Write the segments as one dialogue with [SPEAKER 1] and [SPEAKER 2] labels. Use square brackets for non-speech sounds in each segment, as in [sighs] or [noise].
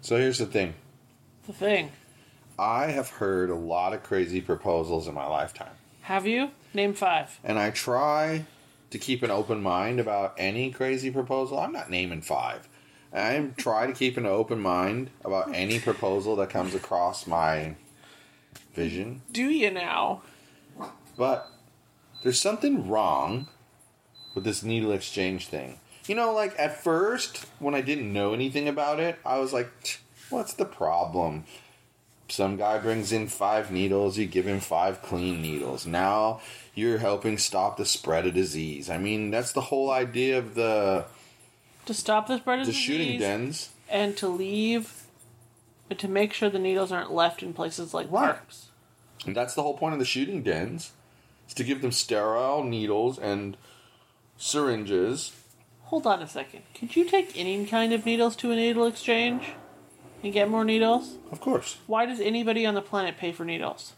[SPEAKER 1] So here's the thing
[SPEAKER 2] The thing.
[SPEAKER 1] I have heard a lot of crazy proposals in my lifetime.
[SPEAKER 2] Have you? Name five.
[SPEAKER 1] and I try to keep an open mind about any crazy proposal. I'm not naming five. I try to keep an open mind about any proposal that comes across my vision.
[SPEAKER 2] Do you now?
[SPEAKER 1] But there's something wrong with this needle exchange thing. You know, like at first, when I didn't know anything about it, I was like, "Tch, what's the problem? Some guy brings in five needles, you give him five clean needles. Now you're helping stop the spread of disease. I mean, that's the whole idea of the,
[SPEAKER 2] To stop the spread of
[SPEAKER 1] the
[SPEAKER 2] disease
[SPEAKER 1] shooting dens.
[SPEAKER 2] and to leave, but to make sure the needles aren't left in places like
[SPEAKER 1] Right.
[SPEAKER 2] parks.
[SPEAKER 1] And that's the whole point of the shooting dens, is to give them sterile needles and syringes.
[SPEAKER 2] Hold on a second. Could you take any kind of needles to a needle exchange and get more needles?
[SPEAKER 1] Of course.
[SPEAKER 2] Why does anybody on the planet pay for needles?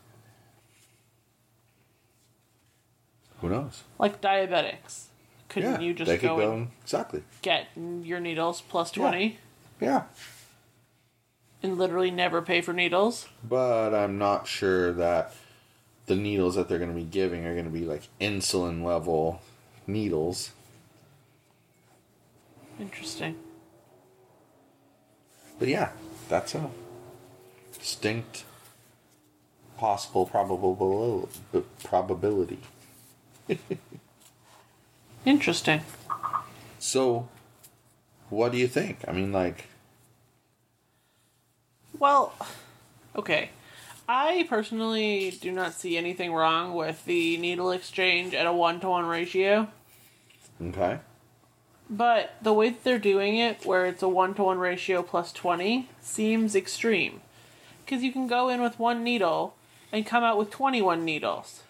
[SPEAKER 1] Who knows?
[SPEAKER 2] Like diabetics. Couldn't you just
[SPEAKER 1] they could
[SPEAKER 2] go,
[SPEAKER 1] go
[SPEAKER 2] and
[SPEAKER 1] exactly.
[SPEAKER 2] get your needles plus 20
[SPEAKER 1] Yeah,
[SPEAKER 2] and literally never pay for needles?
[SPEAKER 1] but I'm not sure that the needles that they're going to be giving are going to be like insulin level needles.
[SPEAKER 2] Interesting.
[SPEAKER 1] But yeah, that's a distinct possible probable probability.
[SPEAKER 2] Interesting.
[SPEAKER 1] So, what do you think? I mean, like,
[SPEAKER 2] Well, okay. I personally do not see anything wrong with the needle exchange at a one to one ratio,
[SPEAKER 1] okay,
[SPEAKER 2] but the way that they're doing it, where it's a one to one ratio plus 20, seems extreme. Because you can go in with one needle and come out with 21 needles.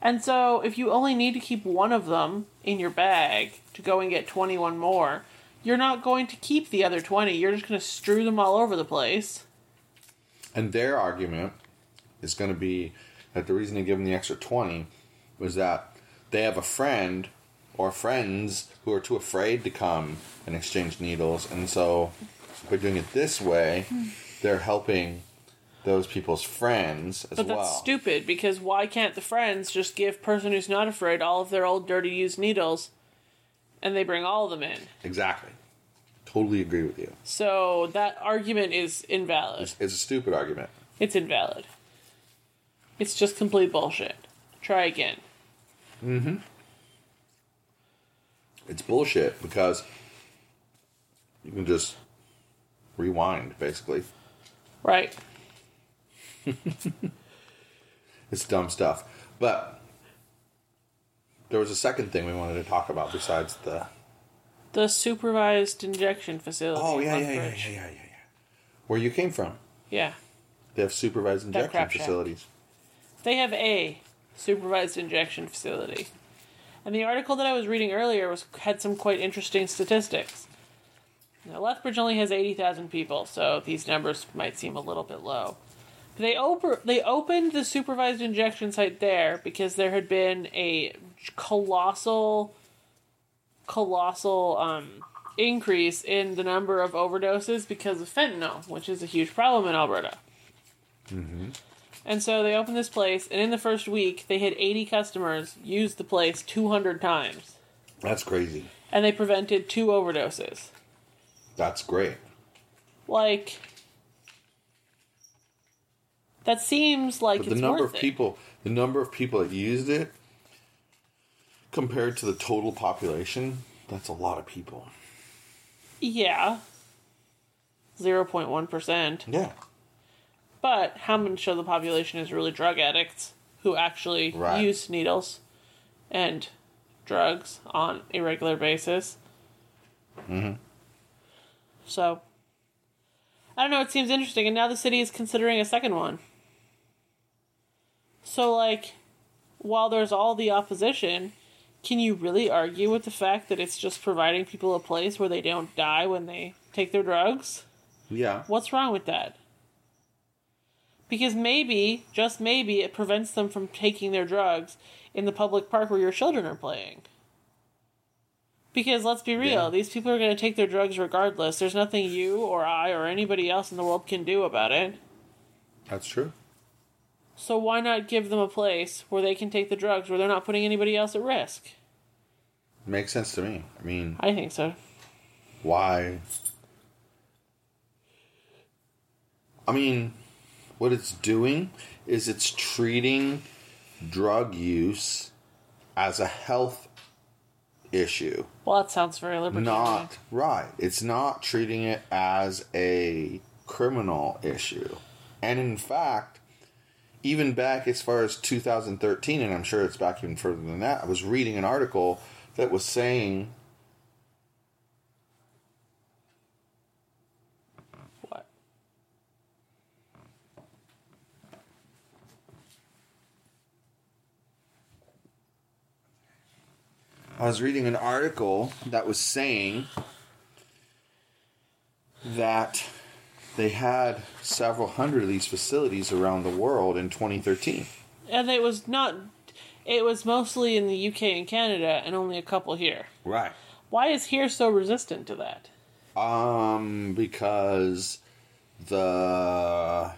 [SPEAKER 2] And so, if you only need to keep one of them in your bag to go and get 21 more, you're not going to keep the other 20. You're just going to strew them all over the place.
[SPEAKER 1] and their argument is going to be that the reason they give them the extra 20 was that they have a friend or friends who are too afraid to come and exchange needles and so by doing it this way
[SPEAKER 2] Hmm.
[SPEAKER 1] they're helping those people's friends as
[SPEAKER 2] But
[SPEAKER 1] well
[SPEAKER 2] that's stupid because why can't the friends just give person who's not afraid all of their old dirty used needles and they bring all of them in?
[SPEAKER 1] exactly totally agree with you
[SPEAKER 2] So that argument is invalid.
[SPEAKER 1] it's, it's a stupid argument
[SPEAKER 2] It's invalid. It's just complete bullshit. Try again.
[SPEAKER 1] it's bullshit because you can just rewind basically
[SPEAKER 2] Right.
[SPEAKER 1] It's dumb stuff. But there was a second thing we wanted to talk about besides the.
[SPEAKER 2] The supervised injection facility.
[SPEAKER 1] Oh yeah,
[SPEAKER 2] on
[SPEAKER 1] yeah, yeah, yeah,
[SPEAKER 2] Bridge.
[SPEAKER 1] yeah, yeah, yeah. Where you came from?
[SPEAKER 2] Yeah.
[SPEAKER 1] They have supervised injection
[SPEAKER 2] crap shack.
[SPEAKER 1] facilities.
[SPEAKER 2] They have a supervised injection facility. And the article that I was reading earlier was had some quite interesting statistics. Now, Lethbridge only has 80,000 people, so these numbers might seem a little bit low. They, op- they opened the supervised injection site there because there had been a colossal, colossal um, increase in the number of overdoses because of fentanyl, which is a huge problem in Alberta. And so they opened this place, and in the first week, they had 80 customers use the place 200 times,
[SPEAKER 1] That's crazy.
[SPEAKER 2] and they prevented two overdoses.
[SPEAKER 1] That's great.
[SPEAKER 2] Like, that seems like
[SPEAKER 1] But
[SPEAKER 2] it's
[SPEAKER 1] the number
[SPEAKER 2] worth
[SPEAKER 1] of
[SPEAKER 2] it.
[SPEAKER 1] people, the number of people that used it, compared to the total population, that's a lot of people.
[SPEAKER 2] Yeah, zero point one percent.
[SPEAKER 1] Yeah.
[SPEAKER 2] But how much of the population is really drug addicts who actually
[SPEAKER 1] Right.
[SPEAKER 2] use needles and drugs on a regular basis? So, I don't know, it seems interesting. And now the city is considering a second one. So, like, while there's all the opposition, can you really argue with the fact that it's just providing people a place where they don't die when they take their drugs?
[SPEAKER 1] Yeah.
[SPEAKER 2] What's wrong with that? Because maybe, just maybe, it prevents them from taking their drugs in the public park where your children are playing. Because let's be real,
[SPEAKER 1] Yeah.
[SPEAKER 2] these people are going to take their drugs regardless. There's nothing you or I or anybody else in the world can do about it.
[SPEAKER 1] That's true.
[SPEAKER 2] So why not give them a place where they can take the drugs where they're not putting anybody else at risk?
[SPEAKER 1] Makes sense to me. I mean,
[SPEAKER 2] I think so.
[SPEAKER 1] why? I mean, what it's doing is it's treating drug use as a health issue.
[SPEAKER 2] Well, that sounds very libertine. to me.
[SPEAKER 1] Not right. It's not treating it as a criminal issue. And in fact, even back as far as 2013, and I'm sure it's back even further than that, I was reading an article that was saying
[SPEAKER 2] What?
[SPEAKER 1] I was reading an article that was saying that they had several hundred of these facilities around the world in 2013.
[SPEAKER 2] And it was not. It was mostly in the UK and Canada, and only a couple here.
[SPEAKER 1] Right.
[SPEAKER 2] Why is here so resistant to that?
[SPEAKER 1] Um, because the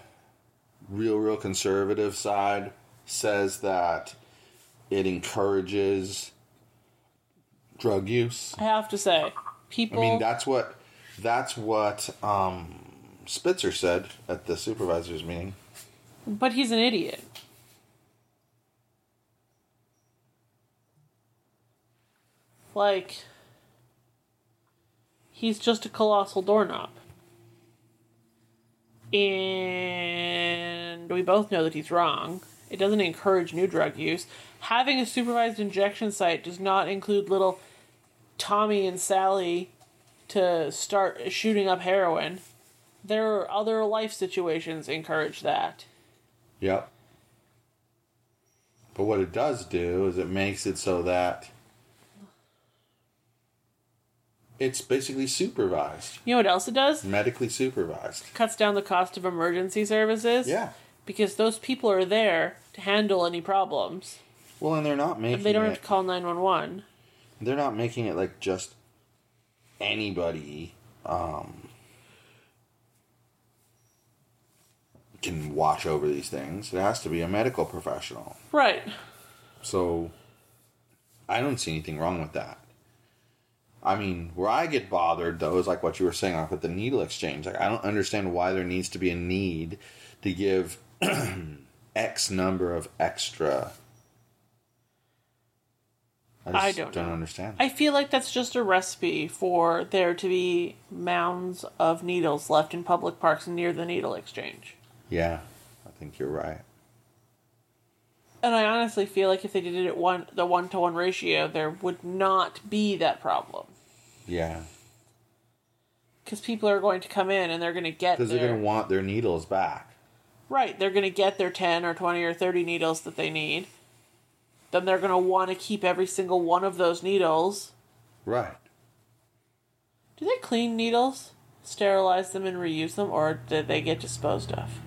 [SPEAKER 1] real, real conservative side says that it encourages drug use.
[SPEAKER 2] I have to say, people.
[SPEAKER 1] I mean, that's what that's what um, Spitzer said at the supervisors meeting.
[SPEAKER 2] but he's an idiot. Like, he's just a colossal doorknob. And we both know that he's wrong. It doesn't encourage new drug use. Having a supervised injection site does not include little Tommy and Sally to start shooting up heroin. There are other life situations encourage that.
[SPEAKER 1] Yep. But what it does do is it makes it so that it's basically supervised,
[SPEAKER 2] You know what else it does?
[SPEAKER 1] medically supervised.
[SPEAKER 2] Cuts down the cost of emergency services.
[SPEAKER 1] Yeah.
[SPEAKER 2] Because those people are there to handle any problems.
[SPEAKER 1] Well, and they're not making
[SPEAKER 2] They don't
[SPEAKER 1] it,
[SPEAKER 2] have to call 911.
[SPEAKER 1] they're not making it like just anybody um, can watch over these things. It has to be a medical professional.
[SPEAKER 2] Right.
[SPEAKER 1] So I don't see anything wrong with that. I mean, where I get bothered though is like what you were saying, like with the needle exchange. Like I don't understand why there needs to be a need to give [clears throat] X number of extra.
[SPEAKER 2] I
[SPEAKER 1] just
[SPEAKER 2] don't know.
[SPEAKER 1] understand.
[SPEAKER 2] I feel like that's just a recipe for there to be mounds of needles left in public parks near the needle exchange.
[SPEAKER 1] yeah, I think you're right.
[SPEAKER 2] And I honestly feel like if they did it at one the one to one ratio, there would not be that problem.
[SPEAKER 1] Yeah,
[SPEAKER 2] Because people are going to come in and they're going to get
[SPEAKER 1] because they're
[SPEAKER 2] their-
[SPEAKER 1] gonna want their needles back.
[SPEAKER 2] Right, they're going to get their 10 or 20 or 30 needles that they need. Then they're going to want to keep every single one of those needles.
[SPEAKER 1] Right.
[SPEAKER 2] Do they clean needles, sterilize them, and reuse them, or do they get disposed of?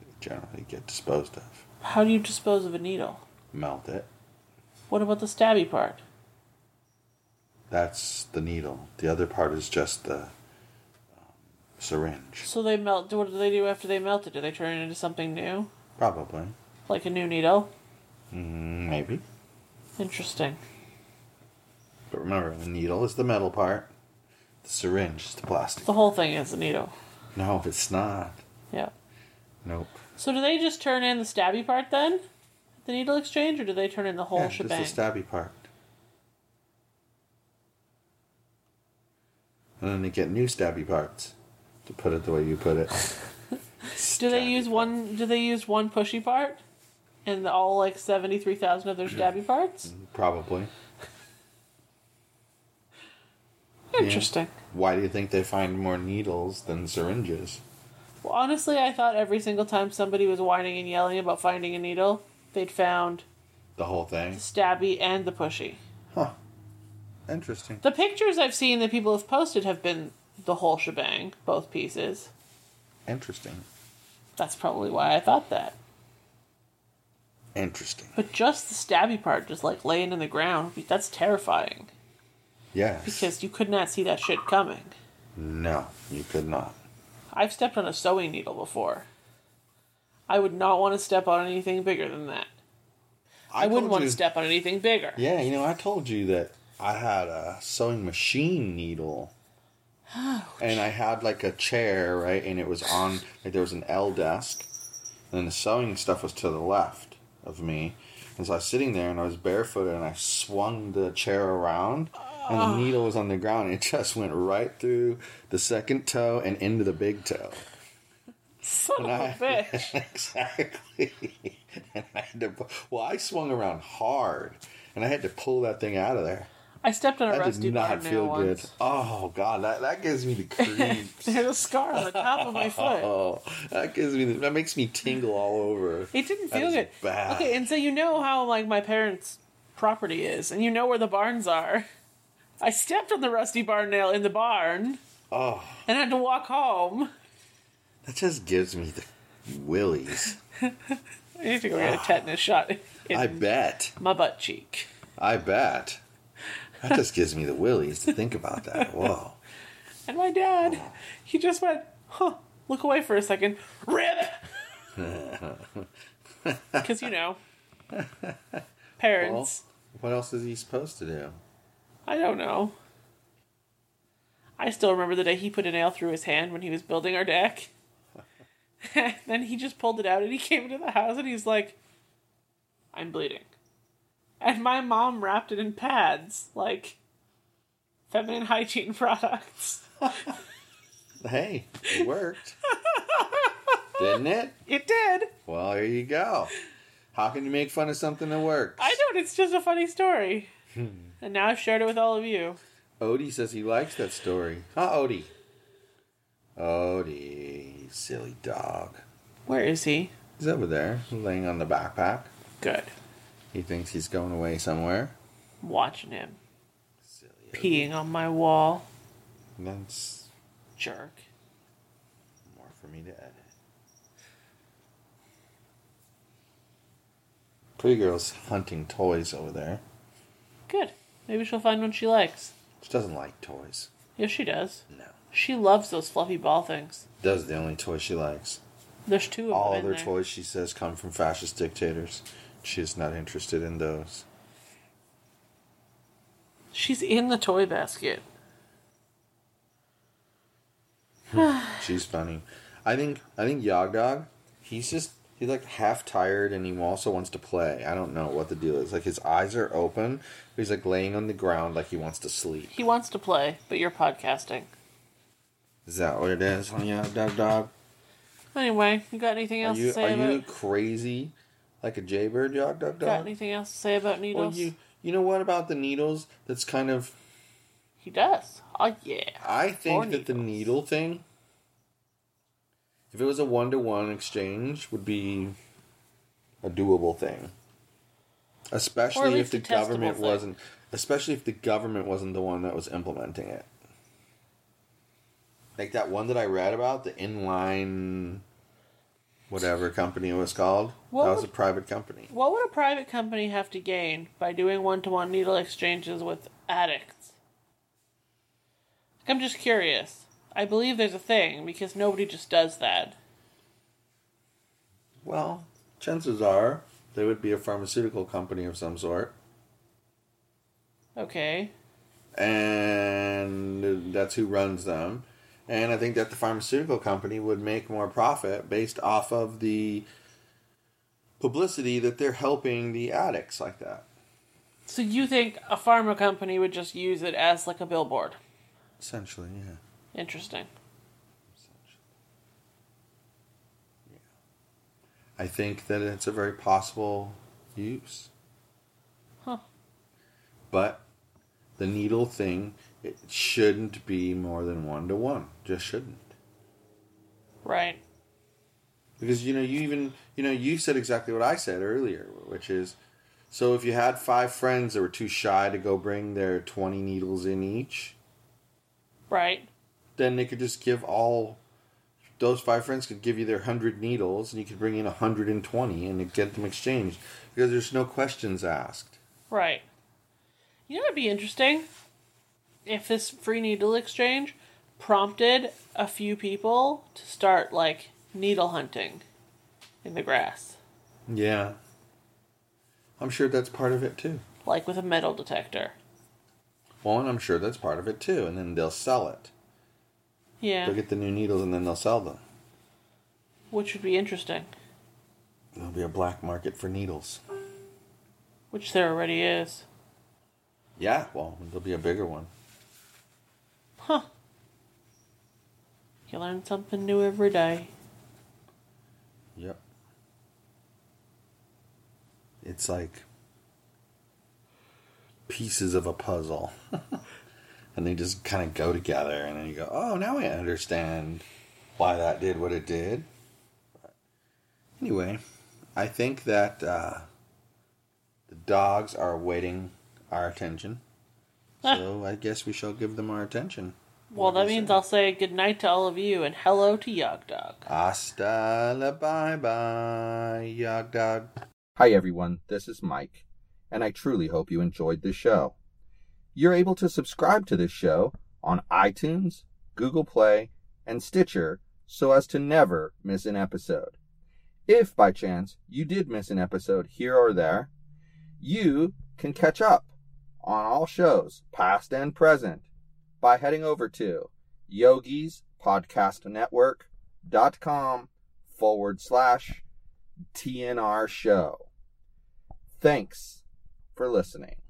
[SPEAKER 1] They generally get disposed of.
[SPEAKER 2] How do you dispose of a needle?
[SPEAKER 1] Melt it.
[SPEAKER 2] What about the stabby part?
[SPEAKER 1] That's the needle. The other part is just the um, syringe.
[SPEAKER 2] So they melt. What do they do after they melt it? Do they turn it into something new?
[SPEAKER 1] Probably.
[SPEAKER 2] Like a new needle?
[SPEAKER 1] Mm, Maybe.
[SPEAKER 2] Interesting.
[SPEAKER 1] But remember, the needle is the metal part. The syringe is the plastic.
[SPEAKER 2] The whole thing is a needle.
[SPEAKER 1] No, it's not.
[SPEAKER 2] Yeah.
[SPEAKER 1] Nope.
[SPEAKER 2] So do they just turn in the stabby part then? The needle exchange, or do they turn in the whole
[SPEAKER 1] Yeah,
[SPEAKER 2] shebang?
[SPEAKER 1] just the stabby part. And then they get new stabby parts. To put it the way you put it.
[SPEAKER 2] [laughs] Do they
[SPEAKER 1] Stabby
[SPEAKER 2] use
[SPEAKER 1] part.
[SPEAKER 2] one? Do they use one pushy part, and the- all like seventy three thousand of their stabby parts?
[SPEAKER 1] Probably.
[SPEAKER 2] Interesting.
[SPEAKER 1] why do you think they find more needles than syringes?
[SPEAKER 2] Well, honestly, I thought every single time somebody was whining and yelling about finding a needle, they'd found
[SPEAKER 1] The whole thing?
[SPEAKER 2] the stabby and the pushy.
[SPEAKER 1] Huh. Interesting.
[SPEAKER 2] The pictures I've seen that people have posted have been the whole shebang, both pieces.
[SPEAKER 1] Interesting.
[SPEAKER 2] That's probably why I thought that.
[SPEAKER 1] Interesting.
[SPEAKER 2] But just the stabby part, just like laying in the ground, that's terrifying.
[SPEAKER 1] Yes.
[SPEAKER 2] Because you could not see that shit coming.
[SPEAKER 1] no, you could not.
[SPEAKER 2] I've stepped on a sewing needle before. I would not want to step on anything bigger than that. I, wouldn't
[SPEAKER 1] told
[SPEAKER 2] want
[SPEAKER 1] you-
[SPEAKER 2] to step on anything bigger.
[SPEAKER 1] Yeah, you know, I told you that I had a sewing machine needle. and I had like a chair, right? And it was on, like, there was an L desk. And the sewing stuff was to the left of me. And so I was sitting there and I was barefooted and I swung the chair around. And
[SPEAKER 2] Ah.
[SPEAKER 1] the needle was on the ground. And it [laughs] just went right through the second toe and into the big toe.
[SPEAKER 2] Son
[SPEAKER 1] [laughs]
[SPEAKER 2] of a bitch.
[SPEAKER 1] exactly. [laughs] And I had to, pu- well, I swung around hard, and I had to pull that thing out of there.
[SPEAKER 2] I stepped on a
[SPEAKER 1] That
[SPEAKER 2] rusty
[SPEAKER 1] did not
[SPEAKER 2] barn nail
[SPEAKER 1] feel good.
[SPEAKER 2] once.
[SPEAKER 1] Oh god, that, that gives
[SPEAKER 2] [laughs]
[SPEAKER 1] me the creeps.
[SPEAKER 2] There's a scar on the top of
[SPEAKER 1] [laughs]
[SPEAKER 2] my foot.
[SPEAKER 1] oh, that gives me the, that makes me tingle all over.
[SPEAKER 2] It didn't
[SPEAKER 1] That
[SPEAKER 2] feel
[SPEAKER 1] is
[SPEAKER 2] good.
[SPEAKER 1] bad.
[SPEAKER 2] Okay, and so you know how like my parents' property is, and you know where the barns are. I stepped on the rusty barn nail in the barn
[SPEAKER 1] Oh,
[SPEAKER 2] and had to walk home.
[SPEAKER 1] that just gives me the willies.
[SPEAKER 2] I need to go
[SPEAKER 1] [sighs]
[SPEAKER 2] get a tetanus shot in
[SPEAKER 1] I bet.
[SPEAKER 2] my butt cheek.
[SPEAKER 1] I bet. That just gives me the willies to think about that. Whoa.
[SPEAKER 2] And my dad, he just went, huh, look away for a second, rip! Because, you know,
[SPEAKER 1] Well,
[SPEAKER 2] parents,
[SPEAKER 1] what else is he supposed to do?
[SPEAKER 2] I don't know. I still remember the day he put a nail through his hand when he was building our deck. [laughs] and then he just pulled it out and he came into the house and he's like, I'm bleeding. And my mom wrapped it in pads, like feminine hygiene [laughs] products.
[SPEAKER 1] Hey, it
[SPEAKER 2] [laughs]
[SPEAKER 1] worked. Didn't it?
[SPEAKER 2] It did!
[SPEAKER 1] Well, there you go. How can you make fun of something that works?
[SPEAKER 2] I don't. It's just a funny story.
[SPEAKER 1] Hmm.
[SPEAKER 2] and now I've shared it with all of you.
[SPEAKER 1] Odie says he likes that story. Huh, Odie? Odie, silly dog.
[SPEAKER 2] Where is he?
[SPEAKER 1] He's over there, laying on the backpack.
[SPEAKER 2] Good.
[SPEAKER 1] He thinks he's going away somewhere.
[SPEAKER 2] I'm watching him.
[SPEAKER 1] Silly Odie.
[SPEAKER 2] Peeing on my wall.
[SPEAKER 1] That's
[SPEAKER 2] Jerk.
[SPEAKER 1] more for me to edit. Pretty girl's hunting toys over there.
[SPEAKER 2] Good. Maybe she'll find one she likes.
[SPEAKER 1] She doesn't like toys.
[SPEAKER 2] Yes, she does.
[SPEAKER 1] No.
[SPEAKER 2] She loves those fluffy ball things.
[SPEAKER 1] Those are the only toy she likes.
[SPEAKER 2] There's two of
[SPEAKER 1] All
[SPEAKER 2] them. in
[SPEAKER 1] other
[SPEAKER 2] there.
[SPEAKER 1] toys, she says, come from fascist dictators. She is not interested in those.
[SPEAKER 2] She's in the toy basket.
[SPEAKER 1] She's funny. I think I think Yog Dog, he's just he's like half tired and he also wants to play. I don't know what the deal is. Like his eyes are open, but he's like laying on the ground like he wants to sleep.
[SPEAKER 2] He wants to play, but you're podcasting.
[SPEAKER 1] Is that what it is on Yog Dog Dog?
[SPEAKER 2] Anyway, you got anything
[SPEAKER 1] Are
[SPEAKER 2] else
[SPEAKER 1] you
[SPEAKER 2] to say
[SPEAKER 1] are
[SPEAKER 2] about?
[SPEAKER 1] you crazy like a jaybird Yog Dog
[SPEAKER 2] Got
[SPEAKER 1] Dog?
[SPEAKER 2] anything else to say about
[SPEAKER 1] Well
[SPEAKER 2] needles?
[SPEAKER 1] you you know what about the needles that's kind of
[SPEAKER 2] He does. Oh yeah.
[SPEAKER 1] I think
[SPEAKER 2] Or
[SPEAKER 1] that the
[SPEAKER 2] needles.
[SPEAKER 1] needle thing, if it was a one to one exchange, would be a doable thing. Especially if
[SPEAKER 2] least
[SPEAKER 1] the
[SPEAKER 2] a testable
[SPEAKER 1] government
[SPEAKER 2] thing.
[SPEAKER 1] wasn't, especially if the government wasn't the one that was implementing it. Like that one that I read about, the inline, whatever company it was called.
[SPEAKER 2] What
[SPEAKER 1] that was
[SPEAKER 2] would-
[SPEAKER 1] a private company.
[SPEAKER 2] What would a private company have to gain by doing one to one needle exchanges with addicts? I'm just curious. I believe there's a thing because nobody just does that.
[SPEAKER 1] Well, chances are they would be a pharmaceutical company of some sort.
[SPEAKER 2] Okay.
[SPEAKER 1] and that's who runs them. And I think that the pharmaceutical company would make more profit based off of the publicity that they're helping the addicts like that.
[SPEAKER 2] So you think a pharma company would just use it as like a billboard?
[SPEAKER 1] Essentially, yeah.
[SPEAKER 2] Interesting.
[SPEAKER 1] I think that it's a very possible use.
[SPEAKER 2] Huh.
[SPEAKER 1] But the needle thing it shouldn't be more than one to one. Just shouldn't.
[SPEAKER 2] Right.
[SPEAKER 1] Because you know, you even you know, you said exactly what I said earlier, which is so if you had five friends that were too shy to go bring their twenty needles in each,
[SPEAKER 2] Right.
[SPEAKER 1] then they could just give all those five friends could give you their hundred needles and you could bring in hundred and twenty and it'd get them exchanged. Because there's no questions asked.
[SPEAKER 2] Right. You know, it'd be interesting if this free needle exchange prompted a few people to start like needle hunting in the grass,
[SPEAKER 1] Yeah. I'm sure that's part of it too.
[SPEAKER 2] like with a metal detector.
[SPEAKER 1] Well, and I'm sure that's part of it too, and then they'll sell it.
[SPEAKER 2] Yeah,
[SPEAKER 1] They'll get the new needles and then they'll sell them.
[SPEAKER 2] which would be interesting,
[SPEAKER 1] There'll be a black market for needles.
[SPEAKER 2] which there already is.
[SPEAKER 1] Yeah, well, there'll be a bigger one.
[SPEAKER 2] Huh. You learn something new every day.
[SPEAKER 1] Yep. It's like pieces of a puzzle. [laughs] and they just kind of go together, and then you go, oh, now I understand why that did what it did. Anyway, I think that uh, the dogs are waiting our attention. So I guess we shall give them our attention.
[SPEAKER 2] Well, that
[SPEAKER 1] do you
[SPEAKER 2] means
[SPEAKER 1] say?
[SPEAKER 2] I'll say goodnight to all of you and hello to Yog Dog.
[SPEAKER 1] Hasta la bye bye, Yog Dog.
[SPEAKER 3] Hi, everyone. This is Mike, and I truly hope you enjoyed this show. You're able to subscribe to this show on iTunes, Google Play, and Stitcher so as to never miss an episode. If by chance you did miss an episode here or there, you can catch up on all shows, past and present, by heading over to yogispodcastnetwork.com forward slash TNR show. Thanks for listening.